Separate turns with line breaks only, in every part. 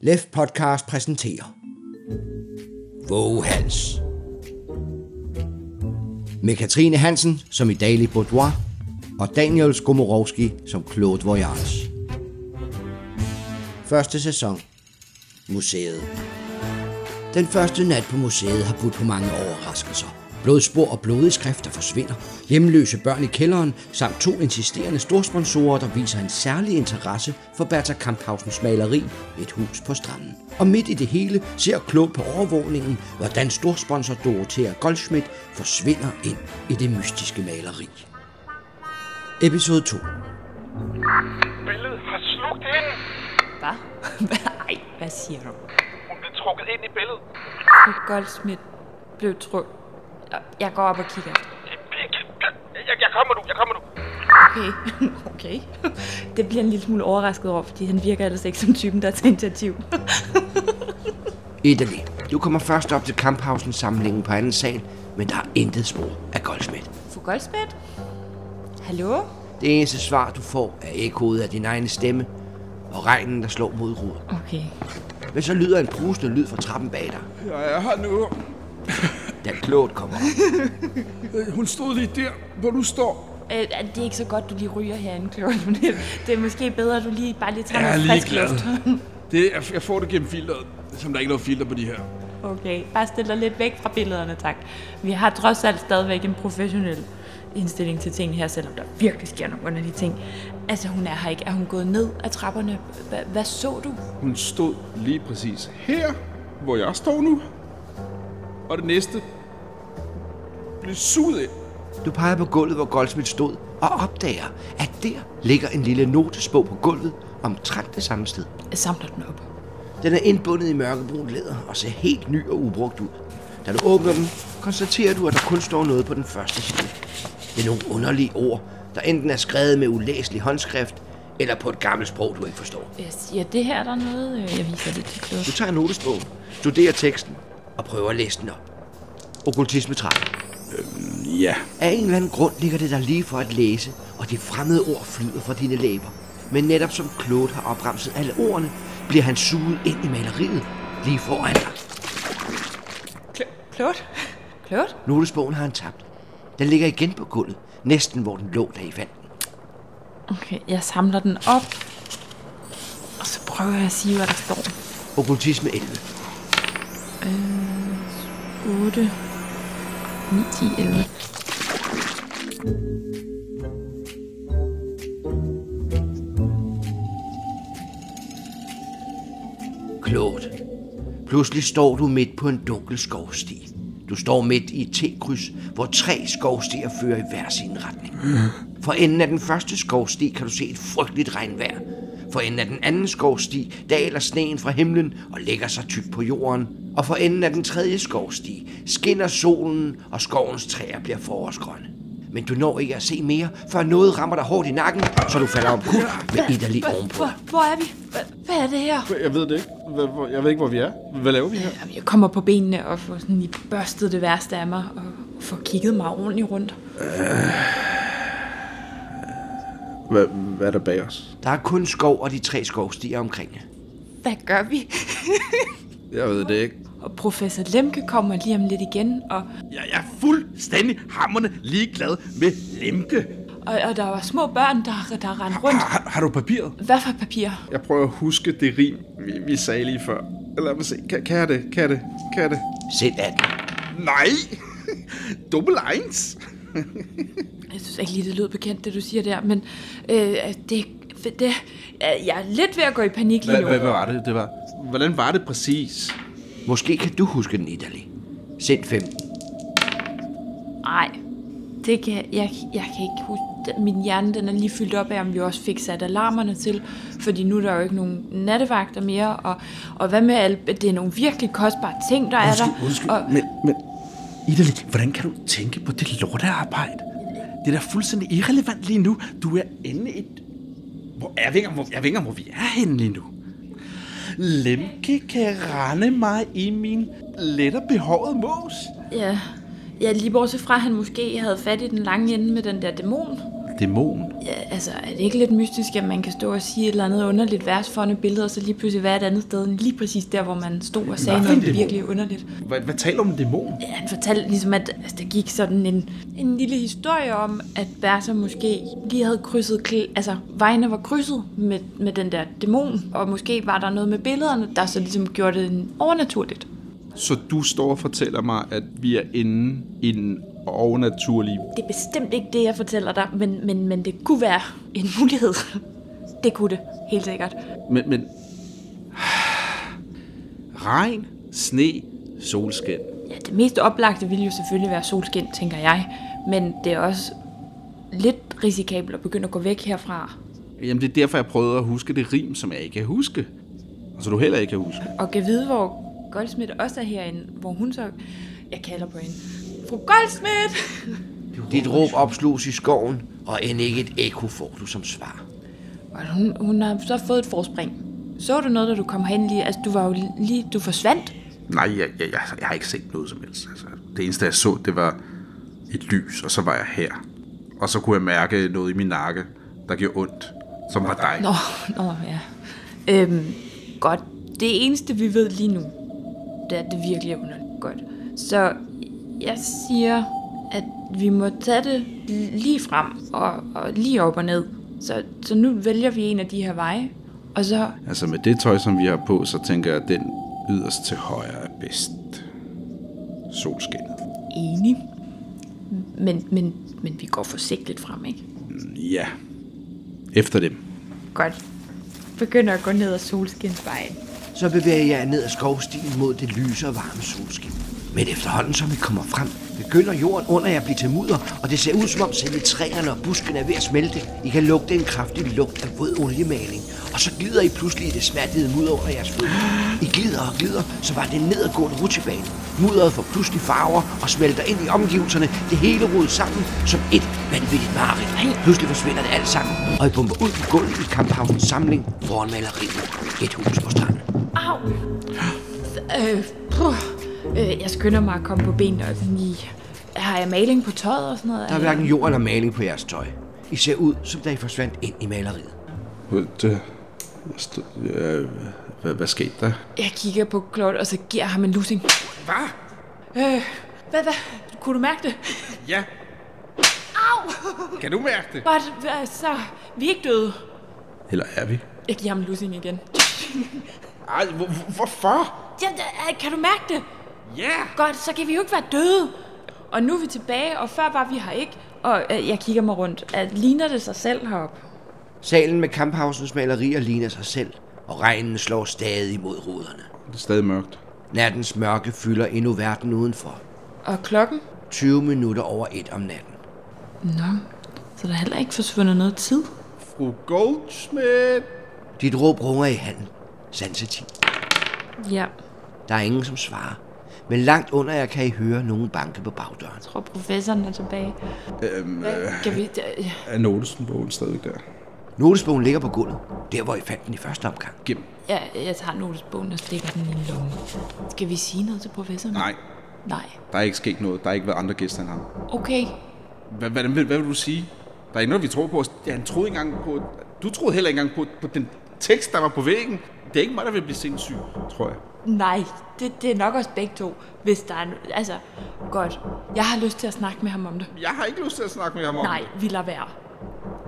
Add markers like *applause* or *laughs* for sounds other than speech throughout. Lef Podcast præsenterer Våghals Med Katrine Hansen som i Daily Boudoir og Daniel Skomorowski som Claude Voyage. Første sæson Museet Den første nat på museet har budt på mange overraskelser. Blodspor og blodige skrifter forsvinder. Hjemløse børn i kælderen samt to insisterende storsponsorer, der viser en særlig interesse for Bertha Kamphausens maleri Et hus på stranden. Og midt i det hele ser Klog på overvågningen, hvordan storsponsor Dorothea Goldschmidt forsvinder ind i det mystiske maleri. Episode 2
Billedet har slugt hende.
Hvad? *laughs* Ej, hvad siger du?
Hun blev trukket ind i billedet.
Fru Goldsmith blev trukket. Jeg går op og kigger.
Jeg, jeg kommer nu, jeg kommer nu.
Okay, *laughs* okay. Det bliver en lille smule overrasket over, fordi han virker ellers ikke som typen, der tager *laughs* initiativ.
Italy. Du kommer først op til Kamphausen-samlingen på anden sal, men der er intet spor af Goldschmidt.
Fru Goldsmith? Hallo?
Det eneste svar, du får, er ekkoet af din egen stemme og regnen, der slår mod ruden.
Okay.
Men så lyder en prusende lyd fra trappen bag dig,
Jeg er her nu.
*laughs* da klogt kommer op.
Øh, Hun stod lige der, hvor du står.
Øh, det er ikke så godt, du lige ryger herinde, Claude. *laughs* Det er måske bedre, at du lige bare lige tager
Jeg er
noget frisk
ligeglad.
luft.
Det, er- jeg får det gennem filteret, som der er ikke er noget filter på de her.
Okay, bare stil dig lidt væk fra billederne, tak. Vi har trods alt stadigvæk en professionel indstilling til tingene her, selvom der virkelig sker nogle underlige ting. Altså, hun er her ikke. Er hun gået ned af trapperne? Hva, hvad så du?
Hun stod lige præcis her, hvor jeg står nu. Og det næste blev suget ind.
Du peger på gulvet, hvor Goldsmith stod, og opdager, at der ligger en lille notesbog på gulvet omtrent det samme sted.
Samler den op.
Den er indbundet i mørkebrun læder og ser helt ny og ubrugt ud. Da du åbner den, konstaterer du, at der kun står noget på den første side. Det er nogle underlige ord, der enten er skrevet med ulæselig håndskrift, eller på et gammelt sprog, du ikke forstår.
Jeg siger, det her er der noget. Øh, Jeg viser det til
Du
Claude.
tager notesbogen, studerer teksten og prøver at læse den op. Okkultisme 13.
Ja.
Af en eller anden grund ligger det der lige for at læse, og de fremmede ord flyder fra dine læber. Men netop som Claude har opremset alle ordene, bliver han suget ind i maleriet lige foran dig.
Claude? Claude?
Notesbogen har han tabt. Den ligger igen på gulvet, næsten hvor den lå, da I fandt den.
Okay, jeg samler den op. Og så prøver jeg at sige, hvad der står.
Okkultisme 11.
8, 9, 10, 11.
Klogt. Pludselig står du midt på en dunkel skovsti. Du står midt i et T-kryds, hvor tre skovstier fører i hver sin retning. For enden af den første skovsti kan du se et frygteligt regnvejr. For enden af den anden skovsti daler sneen fra himlen og lægger sig tykt på jorden. Og for enden af den tredje skovsti skinner solen, og skovens træer bliver forårsgrønne. Men du når ikke at se mere, før noget rammer dig hårdt i nakken, så du falder omkuld med Italy ovenpå dig.
Hvor, hvor er vi? Hva, hvad er det her?
Jeg ved det ikke. Hvad- hvor- Jeg ved ikke, hvor vi er. Hvad laver vi her?
Jamen, Jeg kommer på benene og får sådan lige børstet det værste af mig og får kigget mig ordentligt rundt.
Hvad, hvad er der bag os?
Der er kun skov og de tre skovstier omkring jer.
Hvad gør vi?
Jeg ved det ikke.
*laughs* og professor Lemke kommer lige om lidt igen, og,
Jeg er fuldstændig hammerne ligeglad med Lemke.
og, og der var små børn, der, der rendte rundt.
Har, har du papiret?
Hvad for papir?
Jeg prøver at huske det rim, vi, vi sagde lige før. Lad mig se. Kan, kan jeg det? Kan jeg det? Kan jeg det?
Send 18.
Nej! Double eins.
Jeg synes ikke lige, det lød bekendt, det du siger der, men øh, det, det, øh, jeg er lidt ved at gå i panik lige nu.
var det, det var? Hvordan var det præcis?
Måske kan du huske den, Italy. Send 15.
Nej, det kan jeg, jeg kan ikke huske. det. Min hjerne den er lige fyldt op af, om vi også fik sat alarmerne til, fordi nu er der jo ikke nogen nattevagter mere, og, og hvad med alt, det er nogle virkelig kostbare ting, der er der. og,
men, men... Idalik, hvordan kan du tænke på det lortearbejde? Det er da fuldstændig irrelevant lige nu. Du er inde i... et- Hvor, jeg, ved ikke, om, hvor, jeg ved ikke, om, hvor vi er henne lige nu. Lemke kan rende mig i min lettere behåret mås.
ja, ja, lige bortset fra, at han måske havde fat i den lange ende med den der dæmon.
dæmon.
Ja, altså, er det ikke lidt mystisk, at man kan stå og sige et eller andet underligt vers foran et billede, og så lige pludselig være et andet sted end lige præcis der, hvor man stod og sagde
Hvad for en
noget
dæmon?
virkelig underligt?
Hvad, hvad taler om en dæmon?
Ja, han fortalte ligesom, at altså, der gik sådan en, en lille historie om, at Bertha måske lige havde krydset, kl- altså vejene var krydset med, med den der dæmon, og måske var der noget med billederne, der så ligesom gjorde det overnaturligt.
Så du står og fortæller mig, at vi er inde i en overnaturlig...
Det er bestemt ikke det, jeg fortæller dig, men, men, men det kunne være en mulighed. Det kunne det, helt sikkert.
Men, men... Regn, sne, solskin.
Ja, det mest oplagte ville jo selvfølgelig være solskin, tænker jeg, men det er også lidt risikabelt at begynde at gå væk herfra.
Jamen, det er derfor, jeg prøvede at huske det rim, som jeg ikke kan huske. Og så du heller ikke kan huske.
Og kan vide, hvor Goldsmith også er herinde, hvor hun så... Jeg kalder på hende. Fru Goldsmith!
Dit råb opsluges i skoven, og end ikke et ekko får du som svar.
*laughs* Og hun, hun har så fået et forspring. Så du noget, da du kom hen lige? Altså, du var jo lige... Du forsvandt.
Nej, jeg, jeg, jeg, jeg har ikke set noget som helst. Altså, det eneste, jeg så, det var et lys, og så var jeg her. Og så kunne jeg mærke noget i min nakke, der gjorde ondt, som var dig.
Nå, nå ja. Øhm, godt. Det eneste, vi ved lige nu, det er, at det virkelig er underligt. Godt. Så jeg siger, at vi må tage det lige frem og, og lige op og ned. Så, så nu vælger vi en af de her veje, og så
Altså med det tøj, som vi har på, så tænker jeg, at den yderst til højre er bedst. Solskinnet.
Enig. Men, men, men vi går forsigtigt frem, ikke?
Ja. Efter dem.
Godt. Begynder at gå ned ad solskinsvejen.
Så bevæger jeg ned ad skovstien mod det lyse og varme solskin. Men efterhånden, som vi kommer frem, begynder jorden under jer at blive til mudder, og det ser ud som om selve træerne og buskene er ved at smelte. I kan lugte en kraftig lugt af våd oliemaling, og så glider I pludselig i det smertede mudder under jeres fod. I glider og glider, så var det nedadgående rutsjebane. Mudderet får pludselig farver og smelter ind i omgivelserne, det hele rodet sammen som et vanvittigt mareridt. Pludselig forsvinder det alt sammen, og I bomber ud på gulvet i Kamphavns samling foran maleriet. Et hus på stranden.
Au! Øh, puh. øh, jeg skynder mig at komme på benene og sådan lige... Har jeg maling på tøjet og sådan noget?
Der er hverken jord eller maling på jeres tøj. I ser ud, som da I forsvandt ind i maleriet.
Hvad, hvad skete der?
Jeg kigger på Claude, og så giver jeg ham en lussing.
Hvad?
Øh, hvad, hvad? Kunne du mærke det?
Ja. Au! Kan du mærke det?
Godt, hvad så? Vi er ikke døde.
Eller er vi?
Jeg giver ham en lussing igen.
Ej, hvor, hvor- hvorfor?
Ja, øh, kan du mærke det?
Ja!
Godt, så kan vi jo ikke være døde. Og nu er vi tilbage, og før var vi her ikke. Og øh, jeg kigger mig rundt. Øh, ligner det sig selv heroppe?
Salen med kamphausens malerier ligner sig selv, og regnen slår stadig mod ruderne.
Det er stadig mørkt.
Nattens mørke fylder endnu verden udenfor.
Og klokken?
20 minutter over et om natten.
Nå, så der er heller ikke forsvundet noget tid.
Fru Goldsmith!
Dit råb runger i handen. Sansetid.
Ja,
Der er ingen, som svarer. Men langt under jer kan I høre nogen banke på bagdøren.
jeg tror professoren er tilbage. Øhm, kan vi... Øh,
Er notesenbogen stadig der?
Notesbogen ligger på gulvet, der hvor I fandt den i første omgang.
Gem.
ja, jeg tager notesbogen og stikker den i lommen. Skal vi sige noget til professoren?
Nej,
Nej.
der er ikke sket noget. Der er ikke været andre gæster end ham.
Okay.
Hvad, hvad, hvad, hvad vil du sige? Der er ikke noget, vi tror på. Ja, han troede ikke engang på... Du troede heller ikke engang på, på den tekst, der var på væggen. Det er ikke mig, der vil blive sindssyg, tror jeg.
Nej, det, det er nok også begge to, hvis der er... no- Altså, godt. Jeg har lyst til at snakke med ham om det.
Jeg har ikke lyst til at snakke med ham om
Nej, vi lader være.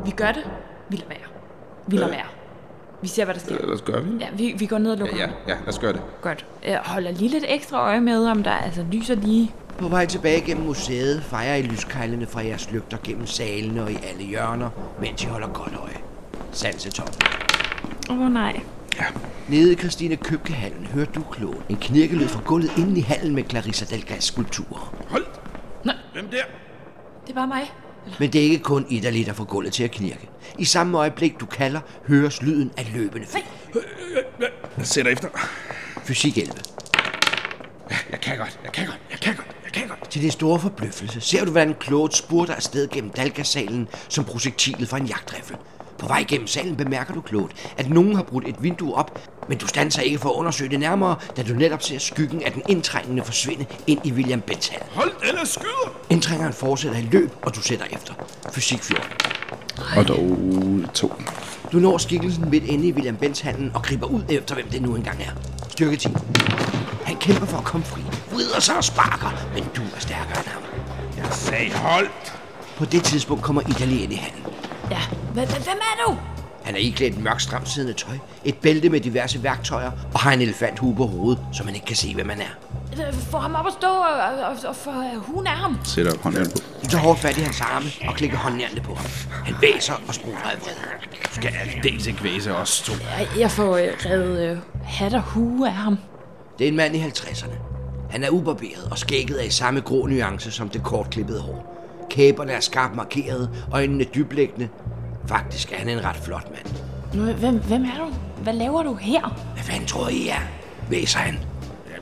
Vi gør det. Vi lader være. Vi lader være. Vi ser, hvad der
det.
sker.
Ellers gør vi det.
Ja, vi, vi går ned og lukker
Øh. Ja,
ham.
ja, lad os gøre det.
Godt. Jeg holder lige lidt ekstra øje med, om der altså lyser lige.
På vej tilbage gennem museet fejrer I lyskejlene fra jeres lygter gennem salene og i alle hjørner, mens I holder godt øje. Sansetop.
Åh oh, nej.
Nede i Christine Købkehallen hører du klogen. En knirkelyd fra gulvet inden i hallen med Clarissa Delgas skulpturer.
Hold!
Nej.
Hvem der?
Det var mig.
Men det er ikke kun Italy, der får gulvet til at knirke. I samme øjeblik, du kalder, høres lyden af løbende fod.
Jeg sætter efter.
Fysik 11.
Jeg kan godt, jeg kan godt, jeg kan godt, jeg kan godt.
Til din store forbløffelse ser du, hvordan Claude spurter afsted gennem Dalgasalen som projektilet fra en jagtrifle. På vej gennem salen bemærker du Claude, at nogen har brudt et vindue op, Men du standser ikke for at undersøge det nærmere, da du netop ser skyggen af den indtrængende forsvinde ind i William Benthal.
Hold eller skyder!
Indtrængeren fortsætter i løb, og du sætter efter. Fysik 14.
Og dog to.
Du når skikkelsen midt inde i William Benthalen og griber ud efter, hvem det nu engang er. Styrke 10. Han kæmper for at komme fri, vrider sig og sparker, men du er stærkere end ham.
Jeg sagde holdt!
På det tidspunkt kommer Italy ind i handen.
Ja. Hvem, hvem- hvem er du?
Han er iklædt mørkt stramt siddende tøj, et bælte med diverse værktøjer og har en elefanthue på hovedet, så man ikke kan se, hvem han er.
Få ham op at stå og, og, og, og få øh, hun af ham.
Sætter hånden på.
Du tager hårdt fat i hans arme og klikker håndjernene på ham. Han væser og sprutter af vrede.
Du skal aldeles ikke væse os to.
Jeg, jeg får øh, reddet øh, hat og hue af ham.
Det er en mand i 50'erne. Han er ubarberet og skægget er i samme grå nuance som det kortklippede hår. Kæberne er skarpt markeret, øjnene dyblæggende. Faktisk er han en ret flot mand.
Nu, Hvem, hvem er du? Hvad laver du her?
Hvad fanden tror I er? Væser han.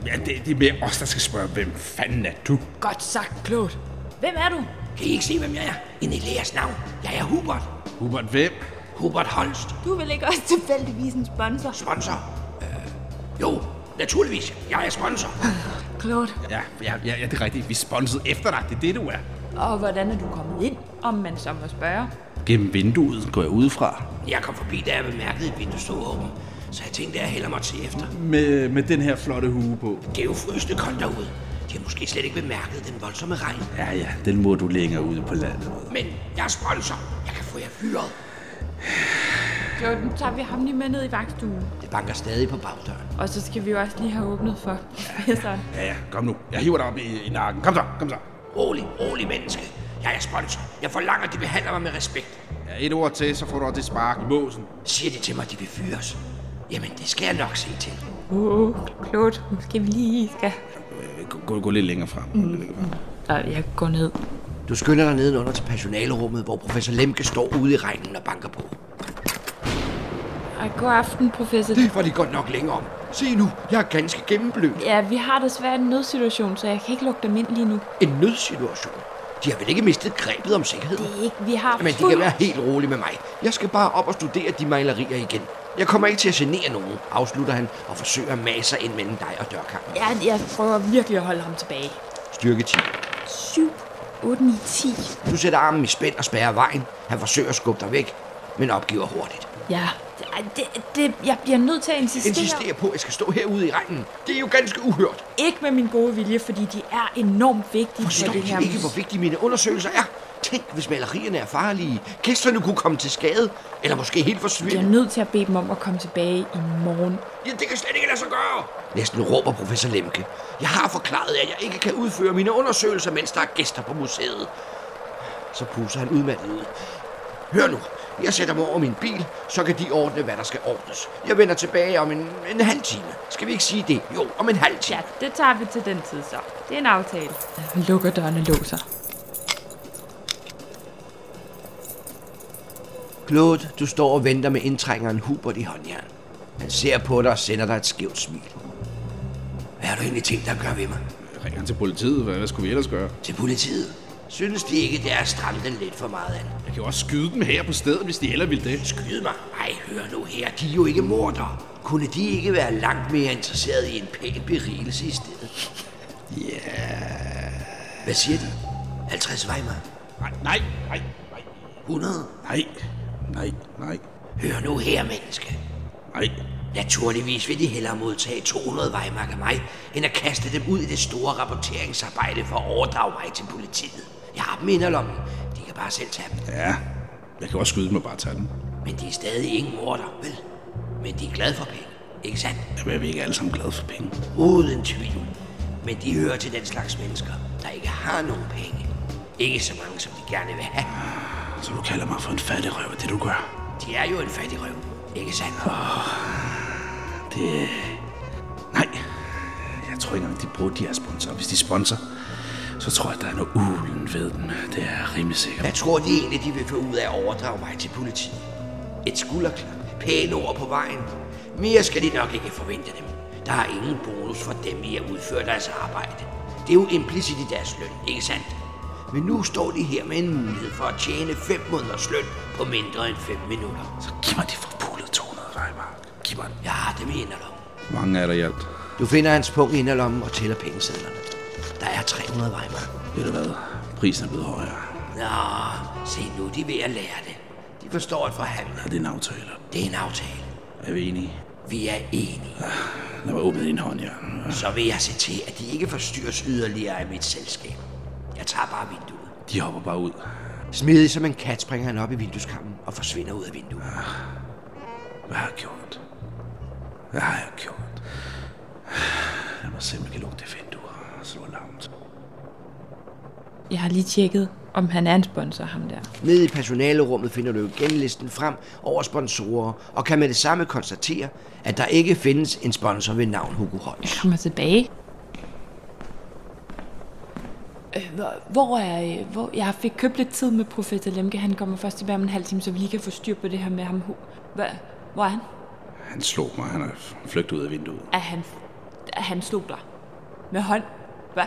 Ja, det, det er mere os, der skal spørge, hvem fanden er du?
Godt sagt, klogt. Hvem er du?
Kan I ikke se, hvem jeg er? En Elias navn. Jeg er Hubert.
Hubert, hvem?
Hubert Holst.
Du vil ikke også tilfældigvis en sponsor?
Sponsor. Øh, jo, naturligvis. Jeg er sponsor.
Klogt.
Ja, ja, ja, ja, det er rigtigt. Vi er sponset efter dig. Det er det, du er.
Og hvordan er du kommet ind, om man så må spørge?
Gennem vinduet går jeg udefra.
Jeg kom forbi, da jeg bemærkede et vindue stod åbent. Så jeg tænkte, at jeg hælder mig til efter.
Med, med den her flotte hue på.
Det er jo frysende koldt derude. De har måske slet ikke bemærket den voldsomme regn.
Ja, ja, den må du længere ude på landet.
Men jeg er sponsor. Jeg kan få jer fyret.
Klogt, nu tager vi ham lige med ned i vagtstuen.
Det banker stadig på bagdøren.
Og så skal vi jo også lige have åbnet for professoren.
Ja, ja, kom nu. Jeg hiver dig op i, i nakken. Kom så, kom så.
Rolig, rolig menneske. Jeg er sponsor. Jeg forlanger, at de behandler mig med respekt.
Ja, et ord til, så får du også det spark i måsen.
Siger de til mig, at de vil fyres? Jamen, det skal jeg nok se til.
Åh, oh, klogt. Måske vi lige skal...
Øh, Gå, gå, gå lidt længere frem. Gå lidt længere frem.
Nej, jeg går ned.
Du skynder dig nedenunder til personalerummet, hvor professor Lemke står ude i regnen og banker på.
Ej, god aften, professor.
Det var de godt nok længe om. Se nu, jeg er ganske gennemblødt.
Ja, vi har desværre en nødsituation, så jeg kan ikke lukke dem ind lige nu.
En nødsituation. De har vel ikke mistet grebet om sikkerheden?
Ikke, vi har
Men de
fuld-
kan være helt rolig med mig. Jeg skal bare op og studere de malerier igen. Jeg kommer ikke til at genere nogen, afslutter han og forsøger at mase sig ind mellem dig og dørkampen.
Ja, jeg prøver virkelig at holde ham tilbage.
Styrke 10.
7, 8, 9, 10.
Du sætter armen i spænd og spærrer vejen. Han forsøger at skubbe dig væk, men opgiver hurtigt.
Ja, Ej, det, det, jeg bliver nødt til at insistere.
Insisterer på, at jeg skal stå herude i regnen. Det er jo ganske uhørt.
Ikke med min gode vilje, fordi de er enormt vigtige
Forstår
for det her.
du ikke, hvor vigtige mine undersøgelser er? Tænk, hvis malerierne er farlige. Gæsterne kunne komme til skade. Eller måske helt
Jeg
forsvinde.
er nødt til at bede dem om at komme tilbage i morgen.
Ja, det kan slet ikke lade sig gøre. Næsten råber professor Lemke. Jeg har forklaret, at jeg ikke kan udføre mine undersøgelser, mens der er gæster på museet. Så puser han udmattet ud. Hør nu, jeg sætter mig over min bil, så kan de ordne, hvad der skal ordnes. Jeg vender tilbage om en, en halv time. Skal vi ikke sige det? Jo, om en halv time.
Ja, det tager vi til den tid så. Det er en aftale. Lukker dørene låser.
Claude, du står og venter med indtrængeren Hubert i håndjern. Han ser på dig og sender dig et skævt smil. Hvad har du egentlig tænkt dig at gøre ved mig?
Jeg ringer til politiet. Hvad, hvad skulle vi ellers gøre?
Til politiet? Synes de ikke, det er at stramme den lidt for meget an?
Jeg kan jo også skyde dem her på stedet, hvis de heller vil det.
Skyde mig? Ej, hør nu her, de er jo ikke morder. Kunne de ikke være langt mere interesseret i en pæn berigelse i stedet? Ja... Yeah. Hvad siger de? 50 Weimar?
Nej, nej, nej, nej,
100?
nej, nej, nej,
Hør nu her, menneske.
nej.
Naturligvis vil de hellere modtage 200 vejmark af mig, end at kaste dem ud i det store rapporteringsarbejde for at overdrage mig til politiet. Jeg har dem i inderlommen. De kan bare selv tage dem.
Ja, jeg kan også skyde dem og bare tage dem.
Men de er stadig ingen morder, vel? Men de er glade for penge, ikke sandt?
Jamen, er vi ikke alle sammen glade for penge?
Uden tvivl. Men de hører til den slags mennesker, der ikke har nogen penge. Ikke så mange, som de gerne vil have.
Så Altså, du kalder mig for en fattig røv, det du gør.
De er jo en fattig røv, ikke sandt?
Det... Nej. Jeg tror ikke engang, de bruger de her sponsorer. Hvis de sponsor, så tror jeg, der er noget ulen ved dem. Det er jeg rimelig sikkert.
Hvad tror de egentlig, de vil få ud af at overdrage mig til politiet? Et skulderklap, pæne ord på vejen. Mere skal de nok ikke forvente dem. Der er ingen bonus for dem i at udføre deres arbejde. Det er jo implicit i deres løn, ikke sandt? Men nu står de her med en mulighed for at tjene 5 måneders løn på mindre end 5 minutter.
Så giv mig de forpulede 200 vejmark. Gibbon.
Ja, dem i inderlommen.
Hvor mange er der i alt?
Du finder hans punkt i inderlommen og tæller pengesedlerne. Der er 300 weimar.
Ved du hvad? Prisen er blevet højere.
Nå, se nu, de er ved at lære det. De forstår at forhandle.
Er det en aftale?
Det er en aftale.
Er vi enige?
Vi er enige.
Lad mig åbne din hånd, Jørgen.
Så vil jeg se til, at de ikke forstyrres yderligere af mit selskab. Jeg tager bare vinduet.
De hopper bare ud.
Smidig som en kat springer han op i vindueskammen og forsvinder ud af vinduet.
Hvad har jeg gjort? Hvad har jeg gjort? Lad mig se, om jeg kan lukke det vindue og slå alarmt.
Jeg har lige tjekket, om han er en sponsor, ham der.
Nede i personalerummet finder du igen listen frem over sponsorer, og kan med det samme konstatere, at der ikke findes en sponsor ved navn Hugo
Jeg
Holst.
kommer tilbage. Øh, hvor, hvor er... øh, Hvor, jeg fik købt lidt tid med professor Lemke. Han kommer først tilbage om en halv time, så vi lige kan få styr på det her med ham. Hu- Hvad, hvor er han?
Han slog mig. Han er flygtet ud af vinduet.
Er han... Er han slog dig? Med hånd? Hvad?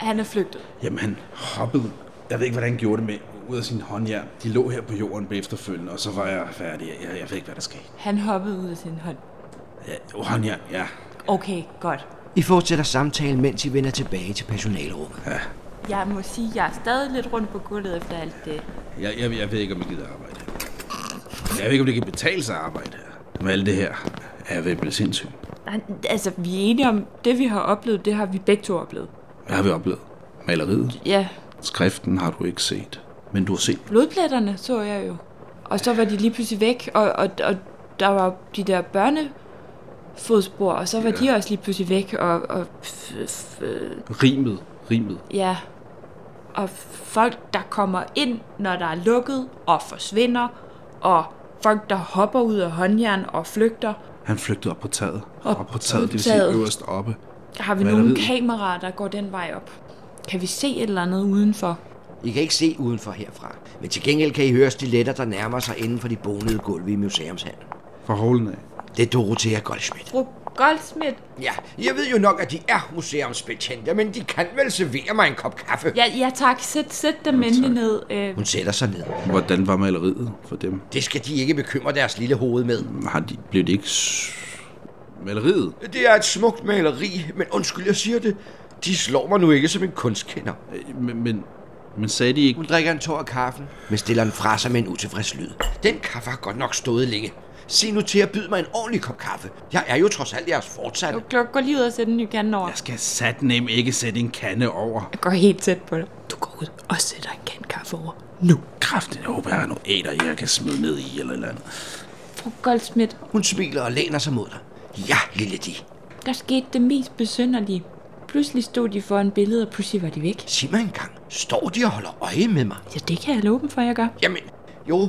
Han er flygtet.
Jamen, han hoppede. Jeg ved ikke, hvordan han gjorde det med ud af sin håndjern. De lå her på jorden på efterfølgende, og så var jeg færdig. Jeg, jeg ved ikke, hvad der skete.
Han hoppede ud af sin hånd.
Ja, jo, håndjern, ja.
Okay, godt.
I fortsætter samtalen, mens I vender tilbage til personalerummet.
Jeg må sige, jeg er stadig lidt rundt på gulvet efter alt det.
Jeg, jeg, jeg ved ikke, om jeg gider arbejde her. Jeg ved ikke, om det kan betale sig at arbejde her. Med alt det her er jeg ved at blive sindssyg.
Nej, Altså, vi er enige om, det vi har oplevet, det har vi begge to oplevet.
Hvad har vi oplevet? Maleriet?
Ja,
Skriften har du ikke set. Men du har set
blodpletterne så jeg jo. Og så var de lige pludselig væk, og, og, og der var de der børnefodspor, og så var ja. de også lige pludselig væk, og, og f, f, øh,
rimet. Rimet.
ja. Og folk, der kommer ind, når der er lukket, og forsvinder, og folk, der hopper ud af håndjern og flygter.
Han flygtede op på taget.
Op
Op, op på taget, det vil
taget.
sige øverst oppe.
Har vi
Hvad er
nogle
der ved?
kameraer, der går den vej op? Kan vi se et eller andet udenfor?
I kan ikke se udenfor herfra, men til gengæld kan I høre stiletter, der nærmer sig inden for de bonede gulve i museumshallen.
Fra holen af.
Det er Dorothea Goldschmidt.
Fru Goldsmith,
Ja, jeg ved jo nok, at de er museumsbetjente, men de kan vel servere mig en kop kaffe.
ja, ja tak, sæt, sæt dem endelig ned. Øh,
Hun sætter sig ned.
Hvordan var maleriet for dem?
Det skal de ikke bekymre deres lille hoved med.
Har de, blev det ikke... s- Maleriet?
Det er et smukt maleri, men undskyld, jeg siger det. De slår mig nu ikke som en kunstkender.
Øh, Men, men, men sagde de ikke...
Hun drikker en tår af kaffen, men stiller den fra sig med en utilfreds lyd. Den kaffe har godt nok stået længe. Se nu til at byde mig en ordentlig kop kaffe. Jeg er jo trods alt jeres fortsatte.
klok, gå lige ud og sæt en ny kande over.
Jeg skal sat nem ikke sætte en kande over.
Jeg går helt tæt på dig. Du går ud og sætter en kande kaffe over. Nu.
Kræften, jeg håber, jeg har noget æder, jeg kan smide ned i eller et eller andet.
Fru Goldsmith,
Hun smiler og læner sig mod dig. Ja, lille de.
der skete det mest besynderlige. Pludselig stod de foran billedet, og pludselig var de væk.
Sig mig engang, står de og holder øje med mig?
Ja, det kan jeg love dem for, jeg gør.
Jamen, jo.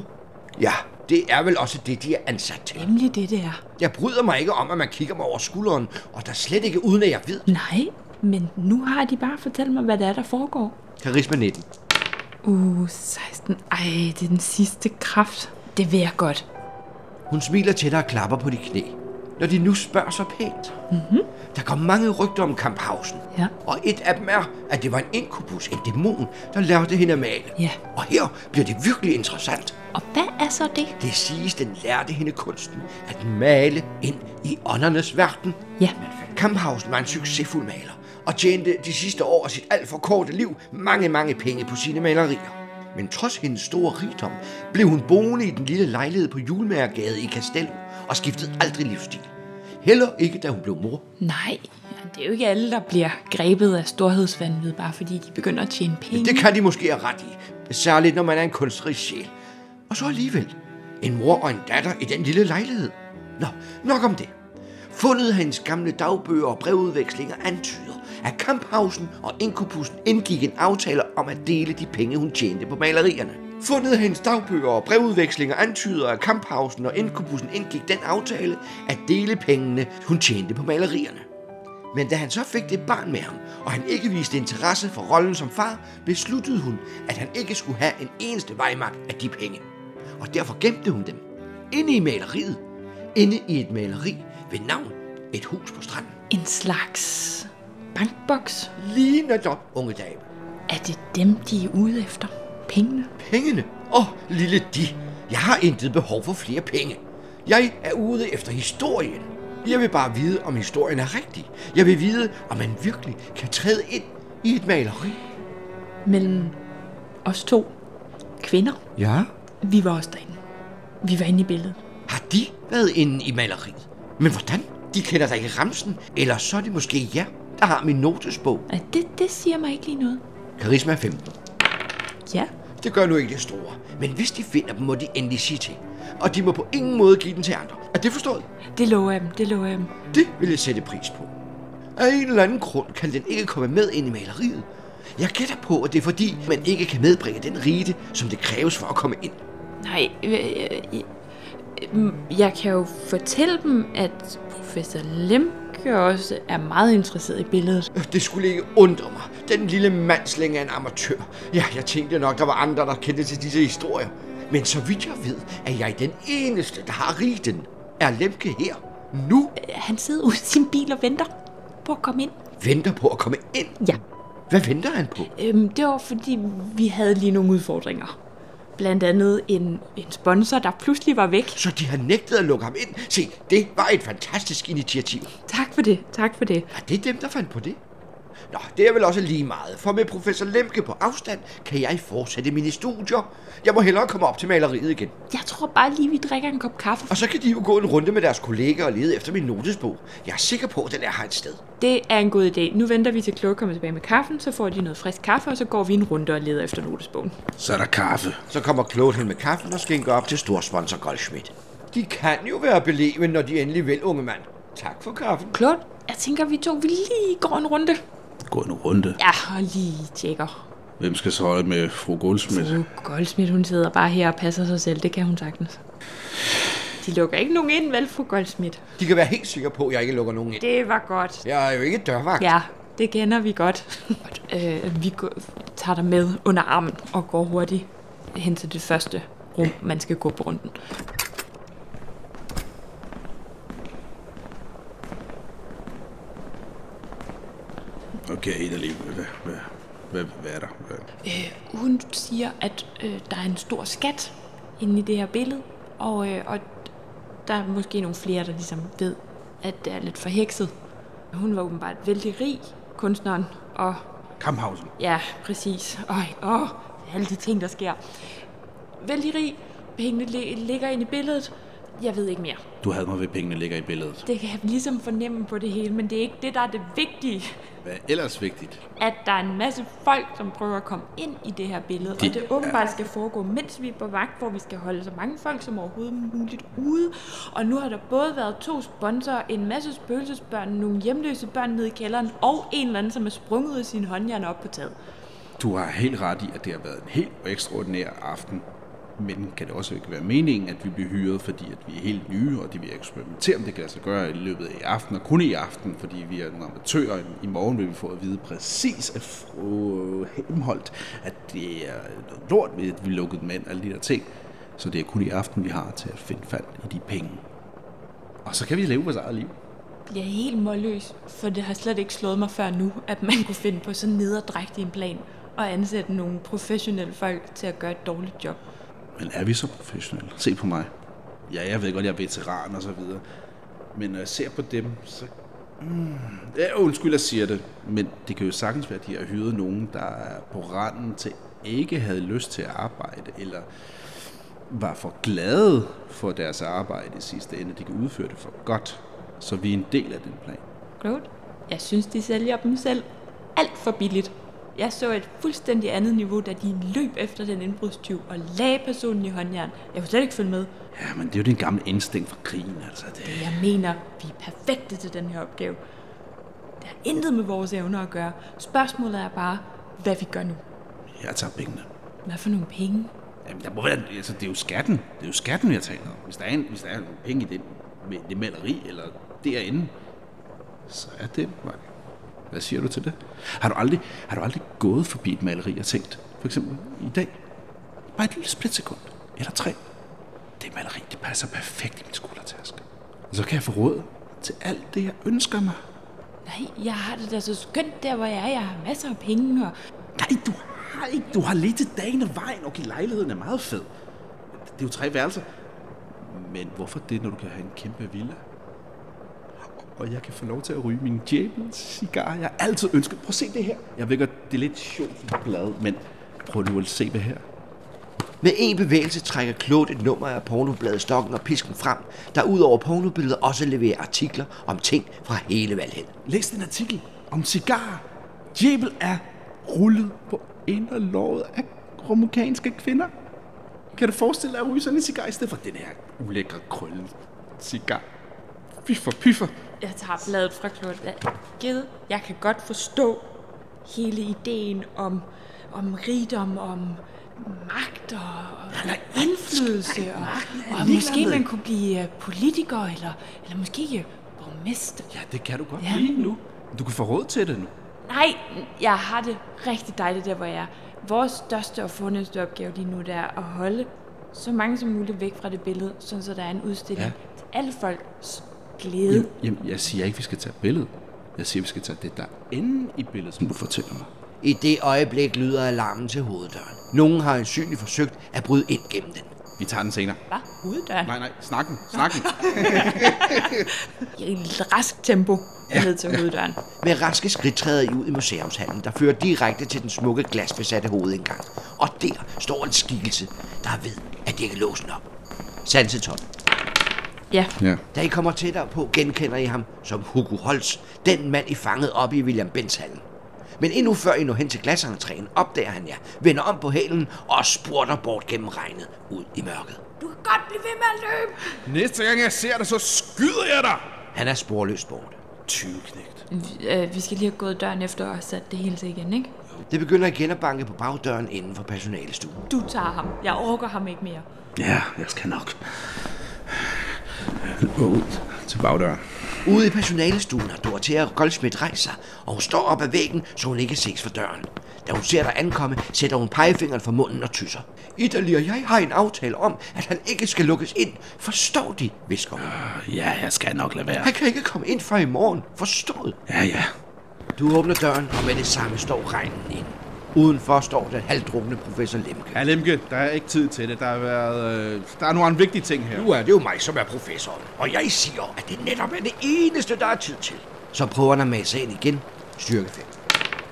Ja, det er vel også det, de er ansat til.
Nemlig det, det er.
Jeg bryder mig ikke om, at man kigger mig over skulderen, og der slet ikke uden at jeg ved.
Nej, men nu har de bare fortalt mig, hvad det er, der foregår.
Karisma 19.
Uh, 16. Ej, det er den sidste kraft. Det vil jeg godt.
Hun smiler til dig og klapper på de knæ, når de nu spørger så pænt. Mm-hmm. Der går mange rygter om Kamphausen.
Mhm. Ja.
Og et af dem er, at det var en inkubus, en dæmon, der lærte hende at male.
Ja.
Og her bliver det virkelig interessant.
Og hvad er så det?
Det siges, den lærte hende kunsten at male ind i åndernes verden.
Ja.
Kamphausen var en succesfuld maler og tjente de sidste år af sit alt for korte liv mange, mange penge på sine malerier. Men trods hendes store rigdom blev hun boende i den lille lejlighed på Julemagergade i Castello og skiftede aldrig livsstil. Heller ikke, da hun blev mor.
Nej, det er jo ikke alle, der bliver grebet af storhedsvandvid, bare fordi de begynder at tjene penge.
Det kan de måske have ret i, særligt når man er en kunstnerisk sjæl. Og så alligevel, en mor og en datter i den lille lejlighed. Nå, nok om det. Fundet af hendes gamle dagbøger og brevudvekslinger antyder, at Kamphausen og Inkubussen indgik en aftale om at dele de penge, hun tjente på malerierne. Fundet af hendes dagbøger og brevudvekslinger antyder, at Kamphausen og Inkubussen indgik den aftale at dele pengene, hun tjente på malerierne. Men da han så fik det barn med ham, og han ikke viste interesse for rollen som far, besluttede hun, at han ikke skulle have en eneste vejmark af de penge. Og derfor gemte hun dem. Inde i maleriet. Inde i et maleri ved navn Et hus på stranden.
En slags bankboks.
Lige netop, unge dame.
Er det dem, de er ude efter? Pengene?
Pengene. Åh, oh, lille de. Jeg har intet behov for flere penge. Jeg er ude efter historien. Jeg vil bare vide, om historien er rigtig. Jeg vil vide, om man virkelig kan træde ind i et maleri.
Mellem os to kvinder.
Ja?
Vi var også derinde. Vi var inde i billedet.
Har de været inde i maleriet? Men hvordan? De kender da ikke Ramsen, eller så er det måske jer, der har min notesbog.
Ej, det, det siger mig ikke lige noget.
Karisma 15.
Ja.
Det gør nu ikke det store. Men hvis de finder dem, må de endelig sige til. Og de må på ingen måde give den til andre. Er det forstået?
Det lover jeg dem, det lover jeg dem.
Det vil jeg sætte pris på. Af en eller anden grund kan den ikke komme med ind i maleriet. Jeg gætter på, at det er fordi, man ikke kan medbringe den rite, som det kræves for at komme ind.
Nej, øh, øh, øh, øh, jeg kan jo fortælle dem, at professor Lemke også er meget interesseret i billedet.
Det skulle ikke undre mig. Den lille mandslænge er en amatør. Ja, jeg tænkte nok, der var andre, der kendte til disse historier. Men så vidt jeg ved, er jeg den eneste, der har riten. Er Lemke her? Nu
Han sidder ude i sin bil og venter på at komme ind.
venter på at komme ind.
Ja.
Hvad venter han på?
Øhm, det var fordi, vi havde lige nogle udfordringer. Blandt andet en, en sponsor, der pludselig var væk.
Så de har nægtet at lukke ham ind. Se, det var et fantastisk initiativ.
Tak for det, tak for det.
Er det dem, der fandt på det? Nå, det er vel også lige meget, for med professor Lemke på afstand, kan jeg fortsætte mine studier. Jeg må hellere komme op til maleriet igen.
Jeg tror bare lige, vi drikker en kop kaffe.
Og så kan de jo gå en runde med deres kolleger og lede efter min notesbog. Jeg er sikker på, at den er her et sted.
Det er en god idé. Nu venter vi til Chloe kommer tilbage med kaffen, så får de noget frisk kaffe, og så går vi en runde og leder efter notesbogen.
Så er der kaffe.
Så kommer Claude hen med kaffen og skænker op til storsponsor Goldschmidt. De kan jo være belevende, når de endelig vil, unge mand. Tak for kaffen.
Claude, jeg tænker, vi to vi lige går en runde.
Gå en runde.
Ja, og lige tjekker.
Hvem skal så holde med fru Goldsmith?
Uh, Goldsmith, hun sidder bare her og passer sig selv. Det kan hun sagtens. De lukker ikke nogen ind, vel, fru Goldsmith?
De kan være helt sikre på, at jeg ikke lukker nogen ind.
Det var godt.
Jeg er jo ikke dørvagt.
Ja, det kender vi godt. *laughs* øh, vi går, tager dig med under armen og går hurtigt hen til det første rum, man skal gå på runden.
Okay, Ida hvad, hvad, hvad, hvad er der? Hvad?
Øh, hun siger, at øh, der er en stor skat inde i det her billede, og, øh, og der er måske nogle flere, der ligesom ved, at det er lidt forhekset. Hun var åbenbart vældig rig, kunstneren, og
Kamhausen.
Ja, præcis. Øj, åh, alle de ting, der sker. Vældig rig. Pengene li- ligger inde i billedet. Jeg ved ikke mere.
Du havde mig ved, at pengene ligger i billedet.
Det kan jeg ligesom fornemme på det hele, men det er ikke det, der er det vigtige.
Hvad er ellers vigtigt?
At der er en masse folk, som prøver at komme ind i det her billede. Det og det åbenbart skal foregå, mens vi er på vagt, hvor vi skal holde så mange folk som overhovedet muligt ude. Og nu har der både været to sponsorer, en masse spøgelsesbørn, nogle hjemløse børn nede i kælderen, og en eller anden, som er sprunget ud af sin håndjern op på taget.
Du har helt ret i, at det har været en helt ekstraordinær aften. Men kan det også ikke være meningen, at vi bliver hyret, fordi at vi er helt nye, og de vil eksperimentere, om det kan lade sig gøre i løbet af i aften, og kun i aften, fordi vi er nogle amatører. I morgen vil vi få at vide præcis at fru Helmholdt, at det er noget lort, ved, at vi lukkede dem ind, alle de der ting. Så det er kun i aften, vi har til at finde fald i de penge. Og så kan vi leve vores eget liv.
bliver helt målløs, for det har slet ikke slået mig før nu, at man kunne finde på så nederdrægtig en plan og ansætte nogle professionelle folk til at gøre et dårligt job.
Men er vi så professionelle? Se på mig. Ja, jeg ved godt, jeg er veteran og så videre. Men når jeg ser på dem, så... Mm, ja, undskyld, jeg siger det. Men det kan jo sagtens være, at de har hyret nogen, der er på randen til ikke havde lyst til at arbejde, eller var for glade for deres arbejde i sidste ende. De kan udføre det for godt. Så vi er en del af den plan.
Klogt. Jeg synes, de sælger dem selv alt for billigt. Jeg så et fuldstændig andet niveau, da de løb efter den indbrudstyv og lagde personen i håndjern. Jeg kunne slet ikke følge med.
Ja, men det er jo den gamle instinkt fra krigen, altså. Det...
Jeg mener, vi er perfekte til den her opgave. Det har intet med vores evner at gøre. Spørgsmålet er bare, hvad vi gør nu.
Jeg tager pengene.
Hvad for nogle penge?
Jamen, der må være, altså, det er jo skatten. Det er jo skatten, jeg taler om. Hvis der er, en, hvis der er nogle penge i det, med det maleri, eller derinde, så er det mange. Hvad siger du til det? Har du aldrig, har du aldrig gået forbi et maleri og tænkt, for eksempel i dag, bare et lille splitsekund, eller tre, det maleri, det passer perfekt i min skuldertaske. Og så kan jeg få råd til alt det, jeg ønsker mig.
Nej, jeg har det da så skønt der, hvor jeg er. Jeg har masser af penge, og
Nej, du har ikke. Du har lidt til dagen og vejen. Okay, lejligheden er meget fed. Det er jo tre værelser. Men hvorfor det, når du kan have en kæmpe villa? Og jeg kan få lov til at ryge min Jabels cigar. Jeg har altid ønsket. Prøv at se det her. Jeg ved godt, det er lidt sjovt blad, men prøv nu at se det her.
Med en bevægelse trækker Claude et nummer af pornobladet Stokken og Pisken frem, der udover pornobilleder også leverer artikler om ting fra hele Valhall.
Læs den artikel om cigar. Jabel er rullet på inderlovet af romukanske kvinder. Kan du forestille dig at ryge sådan en cigar i stedet for den her ulækre krølle cigar? Pyffer, pyffer.
Jeg tager bladet fra Claude. Jeg kan godt forstå hele ideen om, om rigdom, om magt og og indflydelse. Og, og måske man kunne blive øh, politiker, eller, eller måske øh, borgmester.
Ja, det kan du godt
Ja.
ja. lige nu. Du kan få råd til det nu.
Nej, jeg har det rigtig dejligt der, hvor jeg er. Vores største og fornemmeste opgave lige nu, det er at holde så mange som muligt væk fra det billede, sådan så der er en udstilling ja. til alle folks glæde.
Jamen, jamen, jeg siger ikke, vi skal tage billedet. Jeg siger, vi skal tage det, der er inde i billedet, som du fortæller mig.
I det øjeblik lyder alarmen til hoveddøren. Nogen har ansynligt forsøgt at bryde ind gennem den.
Vi tager den senere.
Hvad? Hoveddøren?
Nej, nej, snakken, snakken.
I et rask tempo ja. ned til hoveddøren.
Med raske skridt træder I ud i museumshallen, der fører direkte til den smukke glasbesatte hovedindgang. Og der står en skikkelse, der ved, at det kan låse den op. Sansetop.
Ja.
ja.
Da I kommer tættere på, genkender I ham som Hugo Holtz, den mand, I fangede op i William Bens hallen. Men endnu før I når hen til glasentræen, opdager han jer, vender om på hælen og spurter bort gennem regnet ud i mørket.
Du kan godt blive ved med at løbe!
Næste gang jeg ser dig, så skyder jeg dig!
Han er sporløst borte.
20 knægt.
Vi, øh, vi skal lige have gået døren efter og sat det hele til igen, ikke?
Det begynder igen at banke på bagdøren inden for personalestuen.
Du tager ham. Jeg orker ham ikke mere.
Ja, jeg skal nok. Gå ud til bagdøren.
Ude i personalestuen har Dorothea Goldsmith rejst sig, og hun står op ad væggen, så hun ikke kan ses fra døren. Da hun ser dig ankomme, sætter hun pegefingeren for munden og tysser. Italy og jeg har en aftale om, at han ikke skal lukkes ind. Forstår de, visker hun.
Ja, jeg skal nok lade være.
Han kan ikke komme ind før i morgen. Forstået?
Ja, ja.
Du åbner døren, og med det samme står regnen ind. Udenfor står den halvdrukne professor Lemke.
Ja, Lemke, der er ikke tid til det. Der, har været, øh, der er nogle andre vigtige ting her.
Nu er det jo mig, som er professoren, og jeg siger, at det netop er det eneste, der er tid til. Så prøver han at mase ind igen. Styrke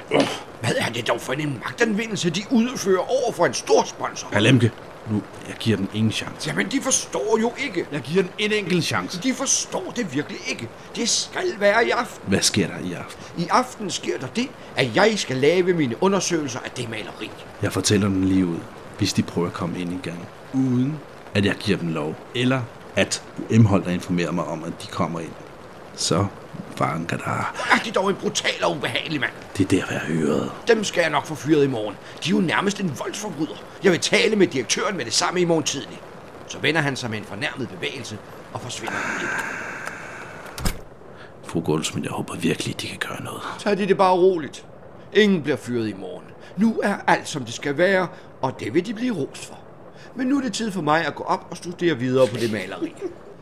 5. Hvad er det dog for en magtanvendelse, de udfører over for en stor sponsor?
Ja, Lemke, nu, jeg giver dem ingen chance.
Jamen, de forstår jo ikke.
Jeg giver dem en enkelt chance.
De forstår det virkelig ikke. Det skal være i aften.
Hvad sker der i aften?
I aften sker der det, at jeg skal lave mine undersøgelser af det maleri.
Jeg fortæller dem lige ud, hvis de prøver at komme ind igen. Uden at jeg giver dem lov. Eller at Emhold der informerer mig om, at de kommer ind. Så vanker der.
Er de dog en brutal og ubehagelig mand?
Det er der, hvad jeg hørede.
Dem skal jeg nok få fyret i morgen. De er jo nærmest en voldsforbryder. Jeg vil tale med direktøren med det samme i morgen tidlig. Så vender han sig med en fornærmet bevægelse og forsvinder igen.
Fru Goldsmith, jeg håber virkelig, de kan gøre noget.
Tag de det bare roligt. Ingen bliver fyret i morgen. Nu er alt, som det skal være, og det vil de blive rost for. Men nu er det tid for mig at gå op og studere videre på det maleri.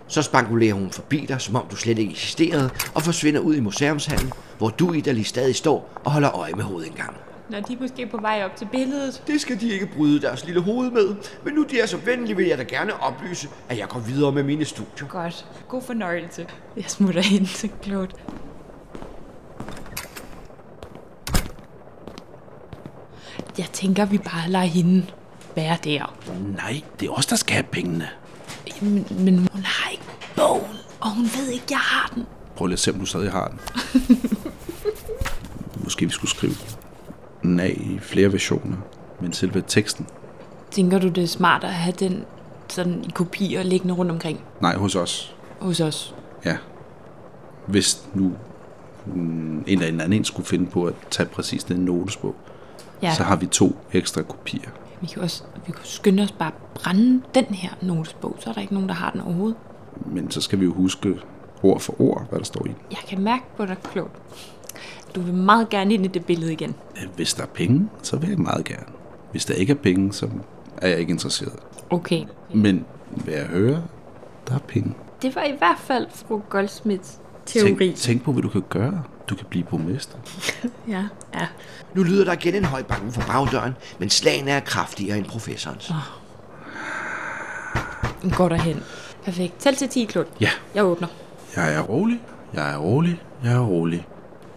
Så spankulerer hun forbi dig, som om du slet ikke eksisterede, og forsvinder ud i museumshallen, hvor du, Idali, stadig står og holder øje med hovedindgangen.
Når de er måske på vej op til billedet.
Det skal de ikke bryde deres lille hoved med, men nu de er så venlige, vil jeg da gerne oplyse, at jeg går videre med mine studier.
Godt. God fornøjelse. Jeg smutter ind til Claude. Jeg tænker, vi bare lader hende være der.
Nej, det er os, der skal have pengene.
Men, men hun har ikke bogen, og hun ved ikke, jeg har den.
Prøv lige at se, om du stadig har den. Måske vi skulle skrive den af i flere versioner. Men selve teksten,
Tænker du, det er smart at have den sådan i kopier liggende rundt omkring
nej, hos os.
hos os?
Ja. Hvis nu mm, en eller anden skulle finde på at tage præcis den notesbog,
Ja,
så har vi to ekstra kopier.
vi kan også vi kan skynde os bare at brænde den her notesbog, så er der ikke nogen, der har den overhovedet.
Men så skal vi jo huske ord for ord, hvad der står i den.
Jeg kan mærke på dig, klogt. Du vil meget gerne ind i det billede igen.
Øh, Hvis der er penge, så vil jeg meget gerne. Hvis der ikke er penge, så er jeg ikke interesseret.
Okay.
Men hvad jeg hører, der er penge.
Det var i hvert fald fru Goldsmiths teori.
Tænk, tænk på, hvad du kan gøre. Du kan blive borgmester.
Ja. ja.
Nu lyder der igen en høj banken for bagdøren, men slagene er kraftigere end professorens.
Går derhen. Perfekt. Tæl til 10, Klod.
Ja.
Jeg åbner.
Jeg er rolig, jeg er rolig, jeg er rolig.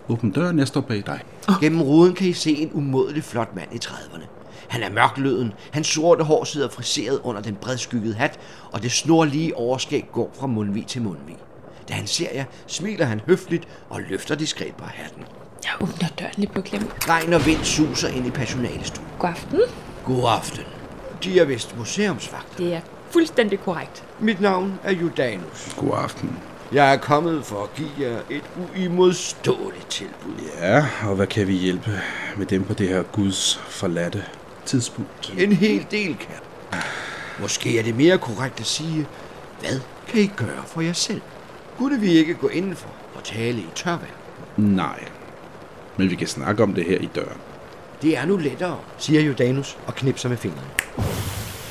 Åbn døren, jeg står bag dig.
Gennem ruden kan I se en umådelig flot mand i 30'erne. Han er mørkløden, hans sorte hår sidder friseret under den bredskyggede hat, og det snorlige overskæg går fra mundvig til mundvig. Da han ser jer, smiler han høfligt og løfter diskret på hatten.
Jeg åbner døren lidt på klem.
Regn og vind suser ind i personalestuen.
God aften.
God aften. De er vist museumsvagter.
Det er fuldstændig korrekt.
Mit navn er Judanus.
God aften.
Jeg er kommet for at give jer et uimodståeligt tilbud.
Ja, og hvad kan vi hjælpe med dem på det her guds forladte tidspunkt?
En hel del kan. Måske er det mere korrekt at sige, hvad kan I gøre for jer selv? Kunne vi ikke gå indenfor og tale i tørvejr?
Nej. Men vi kan snakke om det her i døren.
Det er nu lettere, siger Jordanus og knipser med fingrene.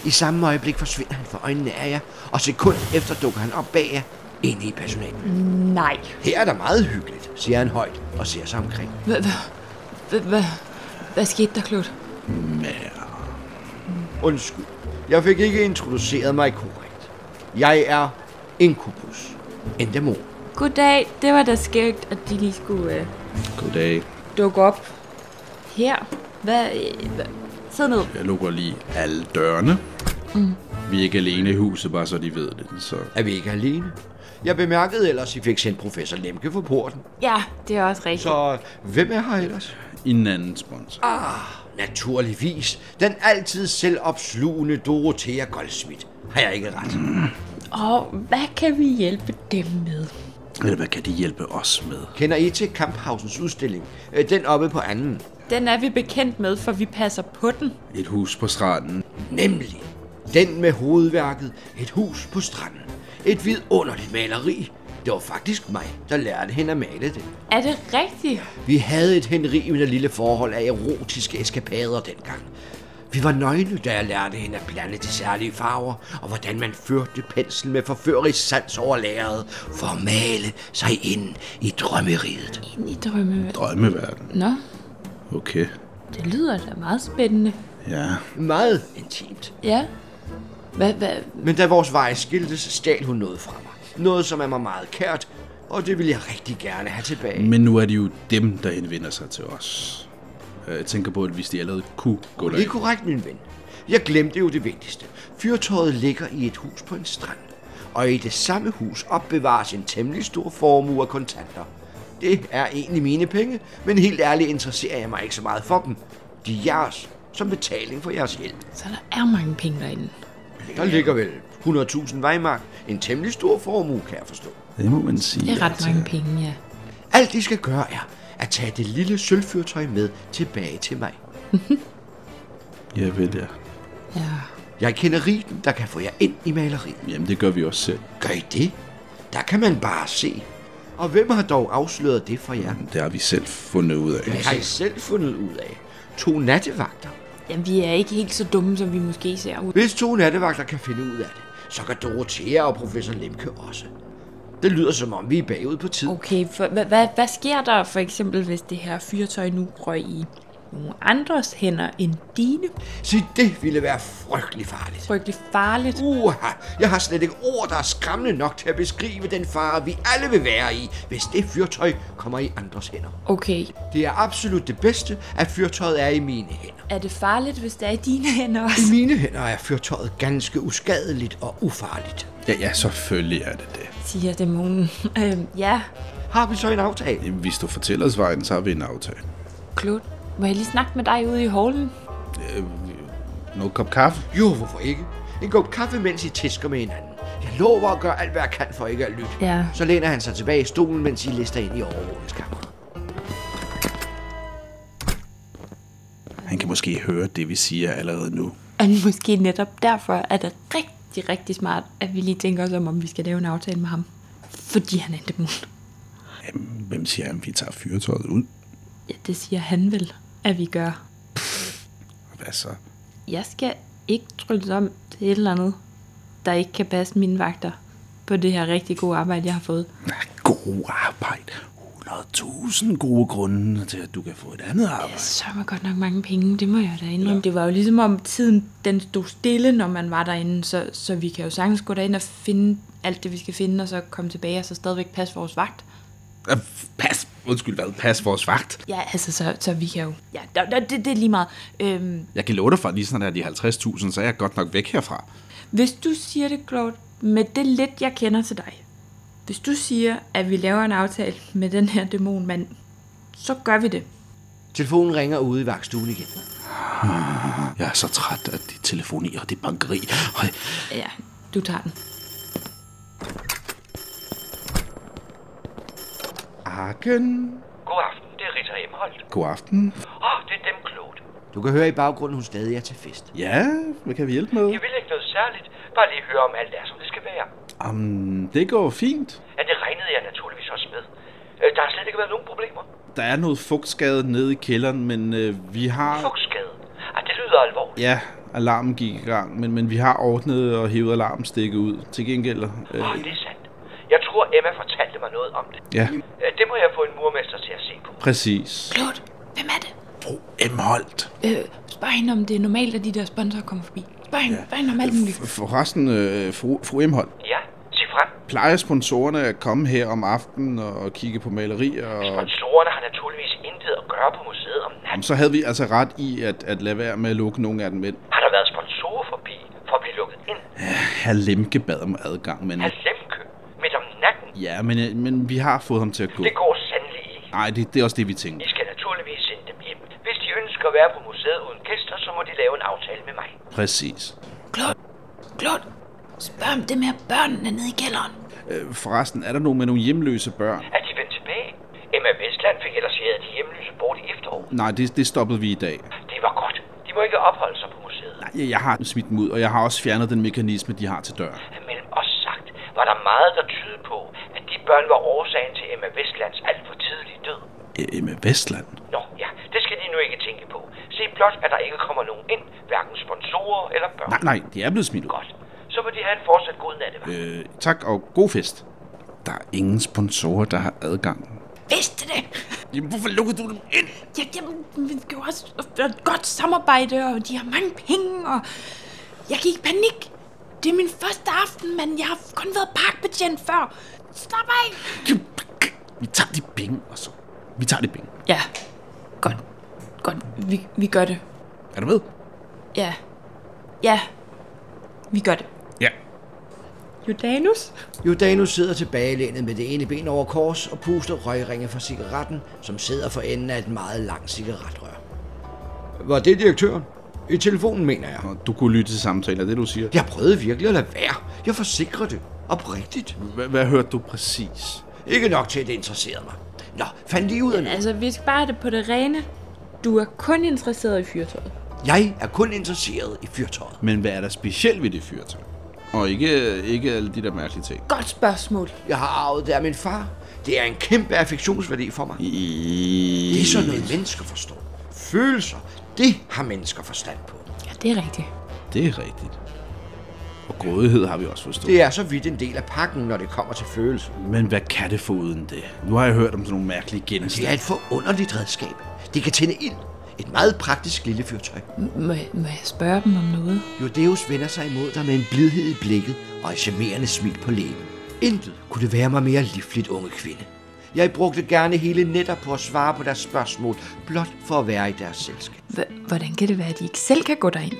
I samme øjeblik forsvinder han fra øjnene af jer, og sekund efter dukker han op bag jer, inde i personalet.
Nej.
Her er der meget hyggeligt, siger han højt og ser sig omkring.
Hvad, hvad, hvad, hvad, hvad skete der, Klod?
Undskyld, jeg fik ikke introduceret mig korrekt. Jeg er Incubus, en dæmon.
Goddag. Det var da skægt, at de lige skulle øh,
Goddag.
dukke op her. Hvad, øh, hvad? Sid ned.
Jeg lukker lige alle dørene. Mm. Vi er ikke alene i huset, bare så de ved det. Så
Er vi ikke alene? Jeg bemærkede ellers, I fik sendt professor Lemke for porten.
Ja, det er også rigtigt.
Så hvem er her ellers?
en anden sponsor. Ah.
Naturligvis. Den altid selvopslugende Dorothea Goldsmith. Har jeg ikke ret?
Og hvad kan vi hjælpe dem med?
Eller hvad kan de hjælpe os med?
Kender I til Kamphausens udstilling? Øh, Den oppe på anden.
Den er vi bekendt med, for vi passer på den.
Et hus på stranden.
Nemlig den med hovedværket Et hus på stranden. Et vidunderligt maleri. Det var faktisk mig, der lærte hende at male det.
Er det rigtigt?
Vi havde et henrivende lille forhold af erotiske eskapader dengang. Vi var nøgne, da jeg lærte hende at blande de særlige farver, og hvordan man førte pensel med forførerisk sans over lærredet for at male sig ind i drømmeriget.
Ind i drømme.
Drømmeverden.
Nå,
Okay.
det lyder da meget spændende.
Ja.
Meget intimt.
Ja. Hvad, hvad?
Men da vores veje skiltes, stjal hun noget fra mig. Noget, som er mig meget kært, og det vil jeg rigtig gerne have tilbage.
Men nu er det jo dem, der henvender sig til os. Øh, Jeg tænker på, at hvis de allerede kunne gå
Det er
derind.
korrekt, min ven. Jeg glemte jo det vigtigste. Fyrtøjet ligger i et hus på en strand. Og i det samme hus opbevares en temmelig stor formue af kontanter. Det er egentlig mine penge, men helt ærligt interesserer jeg mig ikke så meget for dem. De er jeres, som betaling for jeres hjælp.
Så der er mange penge derinde.
Der ligger vel 100.000 vejmark. En temmelig stor formue, kan jeg forstå.
Det må man sige.
Det er ret
altså.
mange penge, ja.
Alt I skal gøre er at tage det lille sølvfyrtøj med tilbage til mig.
Ja, vel ja.
Ja.
Jeg kender rigen, der kan få jer ind i maleriet.
Jamen, det gør vi også selv.
Gør I det? Der kan man bare se. Og hvem har dog afsløret det for jer?
Det har vi selv fundet ud af.
Det har I selv fundet ud af. To nattevagter.
Jamen, vi er ikke helt så dumme, som vi måske ser ud.
Hvis to nattevagter kan finde ud af det, så kan Dorothea og professor Lemke også. Det lyder som om, vi er bagud på tid.
Okay, for, hvad, hvad, hvad sker der for eksempel, hvis det her fyrtøj nu røg i nogle andres hænder end dine?
Se, det ville være frygtelig farligt.
Frygtelig farligt.
Uha, jeg har slet ikke ord, der er skræmmende nok til at beskrive den fare, vi alle vil være i, hvis det fyrtøj kommer i andres hænder.
Okay,
Det er absolut det bedste, at fyrtøjet er i mine hænder.
er det farligt, hvis det er i dine hænder
I
også?
mine hænder er fyrtøjet ganske uskadeligt og ufarligt.
Ja, ja, selvfølgelig er det det.
Siger dæmonen. øhm, ja,
Har vi så en aftale?
Jamen, hvis du fortæller os vejen, så har vi en aftale.
Klod, må jeg lige snakke med dig ude i hallen?
Noget kop kaffe?
Jo, hvorfor ikke? En kop kaffe, mens I tisker med hinanden. Jeg lover at gøre alt, hvad jeg kan for ikke at lytte.
Ja.
Så læner han sig tilbage i stolen, mens I lister ind i overvågningskammeret.
Han kan måske høre det, vi siger allerede nu.
Og *laughs* måske netop derfor er det rigtig, rigtig smart, at vi lige tænker os om, om vi skal lave en aftale med ham. Fordi han er en dæmon.
Jamen, hvem siger, at vi tager fyretøjet ud?
Ja, det siger han vel, at vi gør.
Hvad så?
Jeg skal ikke trylles om til et eller andet, der ikke kan passe mine vagter på det her rigtig gode arbejde, jeg har fået.
God arbejde. 100
er tusind gode grunde til, at du kan få et andet arbejde.
Så var godt nok mange penge, det må jeg da indrømme. Det var jo ligesom om tiden den stod stille, når man var derinde, så, så vi kan jo sagtens gå derind og finde alt det, vi skal finde, og så komme tilbage og så stadigvæk passe vores vagt.
Ah, Pas, undskyld hvad, pas vores vagt.
Ja, altså, så, så vi kan jo... Ja, der, der, det, det er lige meget. Øhm,
Jeg kan love dig for, at lige sådan er de 50.000, så er jeg godt nok væk herfra.
hvis du siger det klogt, med det lidt, jeg kender til dig, hvis du siger, at vi laver en aftale med den her dæmonmand, så gør vi det.
Telefonen ringer ude i vagtstuen igen.
Jeg er så træt af det telefoni og det bankeri. Øj,
Ja, du tager den.
Arken.
God aften, det er Rita Emholdt.
God aften.
Åh, oh, det er dem klogt.
Du kan høre i baggrunden, hun stadig er til fest.
Ja, hvad kan vi hjælpe med?
Jeg vil ikke noget særligt. Bare lige høre, om alt er, som det skal være.
Um, det går fint.
Ja, det regnede jeg naturligvis også med. Øh, Der har slet ikke været nogen problemer.
Der er noget fugtskade nede i kælderen, men øh, vi har...
Fugtskade. Ej, det lyder alvorligt.
Ja, alarmen gik i gang, men, men vi har ordnet og hævet alarmstikket ud. Til gengæld... Øh,
Åh, oh, det er sandt. Jeg tror, Emma fortalte mig noget om det.
ja,
Øh, Det må jeg få en murmester til at se på.
præcis.
Klot, hvem er det?
Fru Emholdt.
Øh, spørg hende, om det er normalt, at de der sponsorer kommer forbi. Spørg hende, ja. spørg hende om alt muligt.
Forresten, øh, fru, fru Emhold,
Ja, sig frem.
plejer sponsorerne at komme her om aftenen og kigge på malerier? Og,
Sponsorerne har naturligvis intet at gøre på museet om natten.
Jamen, så havde vi altså ret i at, at lade være med at lukke nogle af dem ind.
Har der været sponsorer forbi for at blive lukket ind?
Herr Lemke bad om adgang, men...
Af Lemke? Midt om natten?
Ja, men, øh, men vi har fået ham til at gå.
Det går sandelig ikke.
Nej, det, det er også det, vi tænkte.
I skal naturligvis sende dem hjem. Hvis de ønsker at være på museet uden gæster, så må de lave en aftale med mig.
Præcis.
Klot, Klot, spørg om det med børnene nede i kælderen.
Øh, forresten, er der nogen med nogle hjemløse børn?
At de vendt tilbage? Emma Vestland fik ellers hævet de hjemløse bort i efteråret.
Nej, det, det stoppede vi i dag.
Det var godt. De må ikke opholde sig på museet.
Nej, jeg- jeg har smidt dem ud, og jeg har også fjernet den mekanisme, de har til døren.
Mellem os sagt, var der meget, der tydede på, at de børn var årsagen til Emma Vestlands alt for tidlige død.
Øh, Emma Vestland?
Nå ja, det skal de nu ikke tænke på. Se blot, at der ikke kommer nogen ind, hverken sponsorer eller børn.
Nej, nej, de er blevet smidt ud.
Godt. Så må de have en fortsat god natte, hva'?
Øh, tak, og god fest. Der er ingen sponsorer, der har adgang.
Vidste det!
Jamen, hvorfor lukkede du dem ind?
Ja, jamen, vi skal jo også have et godt samarbejde, og de har mange penge, og jeg gik i panik. Det er min første aften, men jeg har kun været parkbetjent før. Slap af!
Vi tager de penge, og så... Vi tager de penge.
Ja, godt. Godt, vi, vi gør det.
Er du med?
Ja. Ja, vi gør det.
Ja.
Jordanus?
Jordano sidder tilbagelænet med det ene ben over kors og puster røgringe fra cigaretten, som sidder for enden af et meget langt cigaretrør. Var det direktøren? I telefonen, mener jeg.
Og du kunne lytte til samtaler, det du siger.
Jeg prøvede virkelig at lade være. Jeg forsikrer det. Oprigtigt.
Hva- Hvad hørte du præcis?
Ikke nok til, at det interesserede mig. Nå, fandt lige ud af noget.
Altså, vi skal bare have det på det rene. Du er kun interesseret i fyrtøjet.
Jeg er kun interesseret i fyrtøjet.
Men hvad er der specielt ved det fyrtøj? Og ikke, ikke alle de der mærkelige ting.
Godt spørgsmål.
Jeg har arvet det af min far. Det er en kæmpe affektionsværdi for mig.
I...
Det er sådan noget, mennesker forstår. Følelser, det har mennesker forstand på.
Ja, det er rigtigt.
Det er rigtigt. Og grådighed har vi også forstået.
Det er så vidt en del af pakken, når det kommer til følelser.
Men hvad kan det få uden det? Nu har jeg hørt om sådan nogle mærkelige
Det
genstande.
er et forunderligt redskab. Det kan tænde ild. Et meget praktisk lille fyrtøj.
Må, jeg- må jeg spørge dem om noget?
Jodeus vender sig imod dig med en blidhed i blikket og et charmerende smil på læben. Intet kunne det være mig mere livligt, unge kvinde. Jeg brugte gerne hele netter på at svare på deres spørgsmål, blot for at være i deres selskab.
H- hvordan kan det være, at de ikke selv kan gå derind?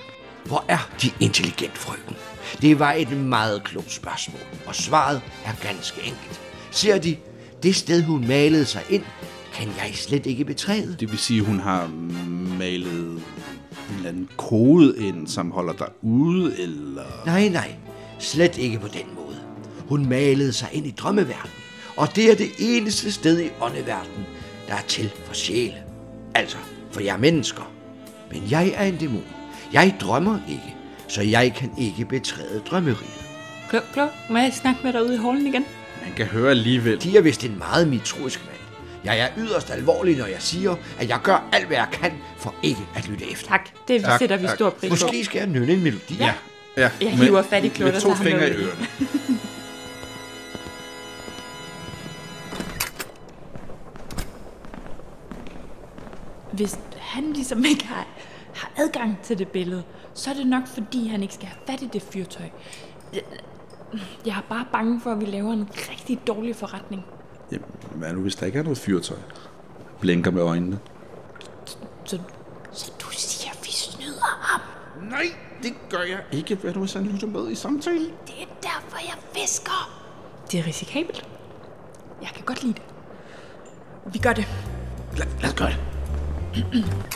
Hvor er de intelligent, frøken? Det var et meget klogt spørgsmål, og svaret er ganske enkelt. Ser de, det sted hun malede sig ind, kan jeg slet ikke betræde.
Det vil sige, at hun har malet en eller anden kode ind, som holder dig ude, eller...
Nej, nej. Slet ikke på den måde. Hun malede sig ind i drømmeverdenen, og det er det eneste sted i åndeverdenen, der er til for sjæle. Altså, for jeg er mennesker. Men jeg er en dæmon. Jeg drømmer ikke, så jeg kan ikke betræde drømmeriget.
Klog, klog. Må jeg snakke med dig ude i hallen igen?
Man kan høre alligevel.
De er vist en meget mitruisk mand. Jeg er yderst alvorlig, når jeg siger, at jeg gør alt, hvad jeg kan for ikke at lytte efter.
Tak. Det
Tak,
sætter vi
tak.
stor pris på.
Måske skal jeg nynne en melodi. Ja.
Ja,
Jeg hiver fat i Claude
Med
og
to
tager ham
fingre i
derud.
ørerne.
hvis han ligesom ikke har, har adgang til det billede, så er det nok fordi, han ikke skal have fat i det fyrtøj. Jeg- Jeg er bare bange for, at vi laver en rigtig dårlig forretning.
Jamen, hvad nu, hvis der ikke er noget fyrtøj? Blinker med øjnene.
Så, så du siger, at vi snyder ham.
Nej, det gør jeg ikke. Hvad nu, hvis han lytter med i samtalen?
Det er derfor, jeg fisker. Det er risikabelt. Jeg kan godt lide det. Vi gør det.
Lad os gøre det.
*clears throat*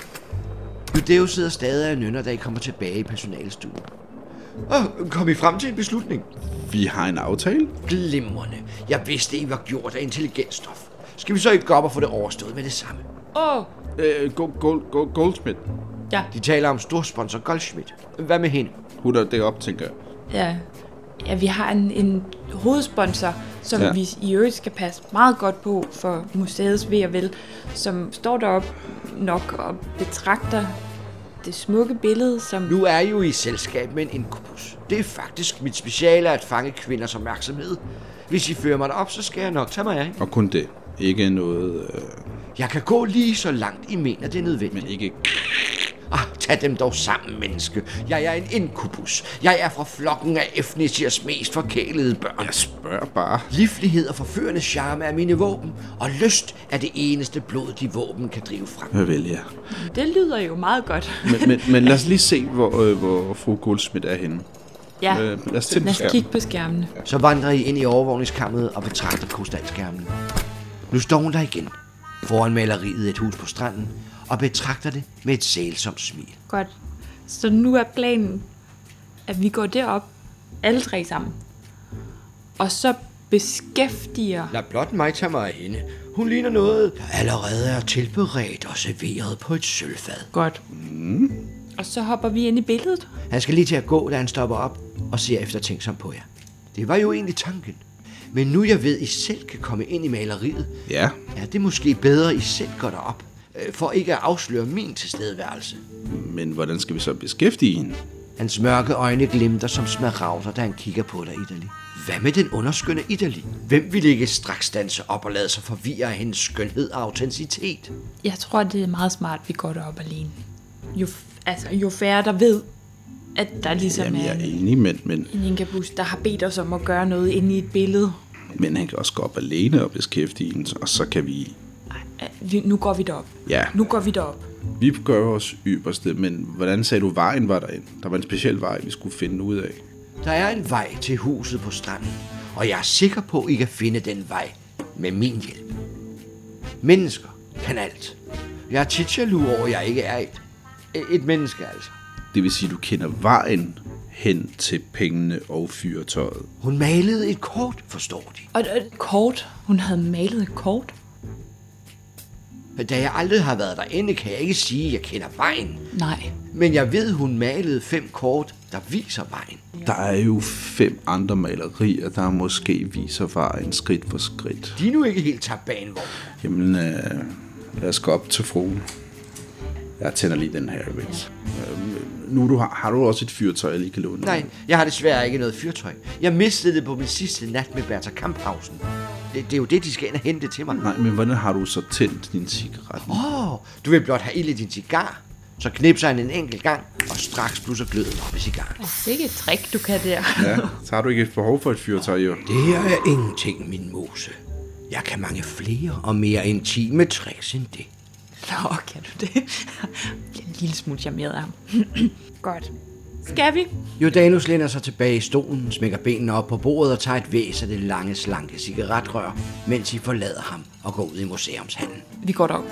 Judeo sidder stadig og nynner, da I kommer tilbage i personalstuen. Åh, kom I frem til en beslutning?
Vi har en aftale.
Glimrende. Jeg vidste, I var gjort af intelligent stof. Skal vi så ikke gå op og få det overstået med det samme?
Åh, oh,
Øh, go, go, go, Goldsmith.
ja.
De taler om storsponsor Goldschmidt. Hvad med hende?
Hun er deroppe, tænker jeg.
Ja. ja, vi har en, en hovedsponsor, som
Ja.
ja. vi i øvrigt skal passe meget godt på for museets ved og vel, som står deroppe nok og betragter det smukke billede, som...
Nu er I jo i selskab med en inkubus. Det er faktisk mit speciale at fange kvinders opmærksomhed. Hvis I fører mig derop, så skal jeg nok tage mig af.
Og kun det. Ikke noget... Øh,
Jeg kan gå lige så langt, I mener, det er nødvendigt.
men ikke...
Ah, tag dem dog sammen, menneske. Jeg er en inkubus. Jeg er fra flokken af Efnisias mest forkælede børn.
Jeg spørger bare.
Livlighed og forførende charme er mine våben, og lyst er det eneste blod, de våben kan drive frem.
Hvad vil jeg?
Det lyder jo meget godt.
Men, men, men lad os lige se, hvor, øh, hvor fru Goldsmith er henne.
ja,
Øh, lad os tænde
lad
skærmen.
os kigge på skærmene.
Så vandrer I ind i overvågningskammet og betragter krystalskærmen. Nu står hun der igen, foran maleriet et hus på stranden, og betragter det med et sælsomt smil.
Godt. Så nu er planen, at vi går derop, alle tre sammen. Og så beskæftiger...
Lad blot mig tage mig af hende. Hun ligner noget, der allerede er tilberedt og serveret på et sølvfad.
Godt. Mm. Og så hopper vi ind i billedet.
Han skal lige til at gå, da han stopper op og ser eftertænksom på jer. Det var jo egentlig tanken. Men nu jeg ved, I selv kan komme ind i maleriet,
Ja.
er det måske bedre, I selv går derop, øh, for ikke at afsløre min tilstedeværelse.
Men hvordan skal vi så beskæftige hende?
Hans mørke øjne glimter som smaragder, da han kigger på dig, Idali. Hvad med den underskønne Idali? Hvem vil ikke straks danse op og lade sig forvirre af hendes skønhed og autenticitet?
Jeg tror, det er meget smart, at vi går derop alene. Jo, f- altså, jo færre der ved, at der ligesom
Jamen, jeg
er
er
en,
enig, men, men,
en inkabus, der har bedt os om at gøre noget inde i et billede.
men han kan også gå op alene og beskæftige hende, og så kan vi...
Ej, vi- Nu går vi derop.
Ja.
Nu går vi derop.
Vi gør vores ypperste, men hvordan sagde du, vejen var derind? Der var en speciel vej, vi skulle finde ud af.
Der er en vej til huset på stranden, og jeg er sikker på, at I kan finde den vej med min hjælp. Mennesker kan alt. Jeg er tit jaloux over, at jeg ikke er et. Et menneske altså.
Det vil sige, du kender vejen hen til pengene og fyrtøjet.
Hun malede et kort, forstår de.
Og og et kort. Hun havde malet et kort.
Da jeg aldrig har været derinde, kan jeg ikke sige, at jeg kender vejen.
Nej.
Men jeg ved, hun malede fem kort, der viser vejen.
Der er jo fem andre malerier, der måske viser vejen skridt for skridt.
De er nu ikke helt tabt banevogn.
Jamen, øh, lad os gå op til fruen. Jeg tænder lige den her, Rix. Øh, nu du har, har du også et fyrtøj, jeg lige kan låne?
Nej, jeg har desværre ikke noget fyrtøj. Jeg mistede det på min sidste nat med Bertha Kamphausen. Det, det er jo det, de skal ind og hente til mig.
Nej, men hvordan har du så tændt din cigaret?
Åh, oh, du vil blot have ild i din cigar. Så knipser han en enkelt gang, og straks blusser gløden op i cigaren.
Det er ikke et trick, du kan der.
Ja, så har du ikke et behov for et fyrtøj, jo.
Det her er ingenting, min mose. Jeg kan mange flere og mere intime tricks end det.
Nå, kan du det? *laughs* Jeg bliver en lille smule charmeret af ham. Godt. Skal vi?
Jordanus læner sig tilbage i stolen, smækker benene op på bordet og tager et væs af det lange, slanke cigaretrør, mens I forlader ham og går ud i museumshallen.
Vi går derop.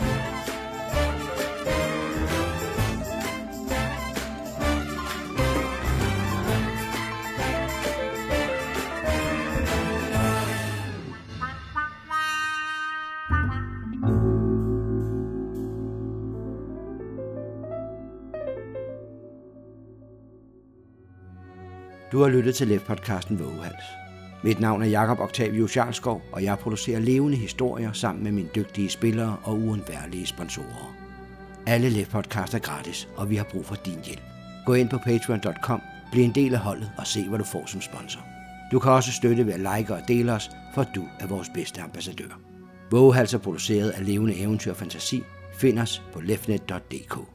Du har lyttet til LEF-podcasten Vågehals. Mit navn er Jakob Octavius Jarlskov, og jeg producerer levende historier sammen med mine dygtige spillere og uundværlige sponsorer. Alle LEF-podcast er gratis, og vi har brug for din hjælp. Gå ind på patreon.com, bliv en del af holdet og se, hvad du får som sponsor. Du kan også støtte ved at like og dele os, for du er vores bedste ambassadør. Vågehals er produceret af Levende Eventyr og Fantasi, Find os på lefnet.dk.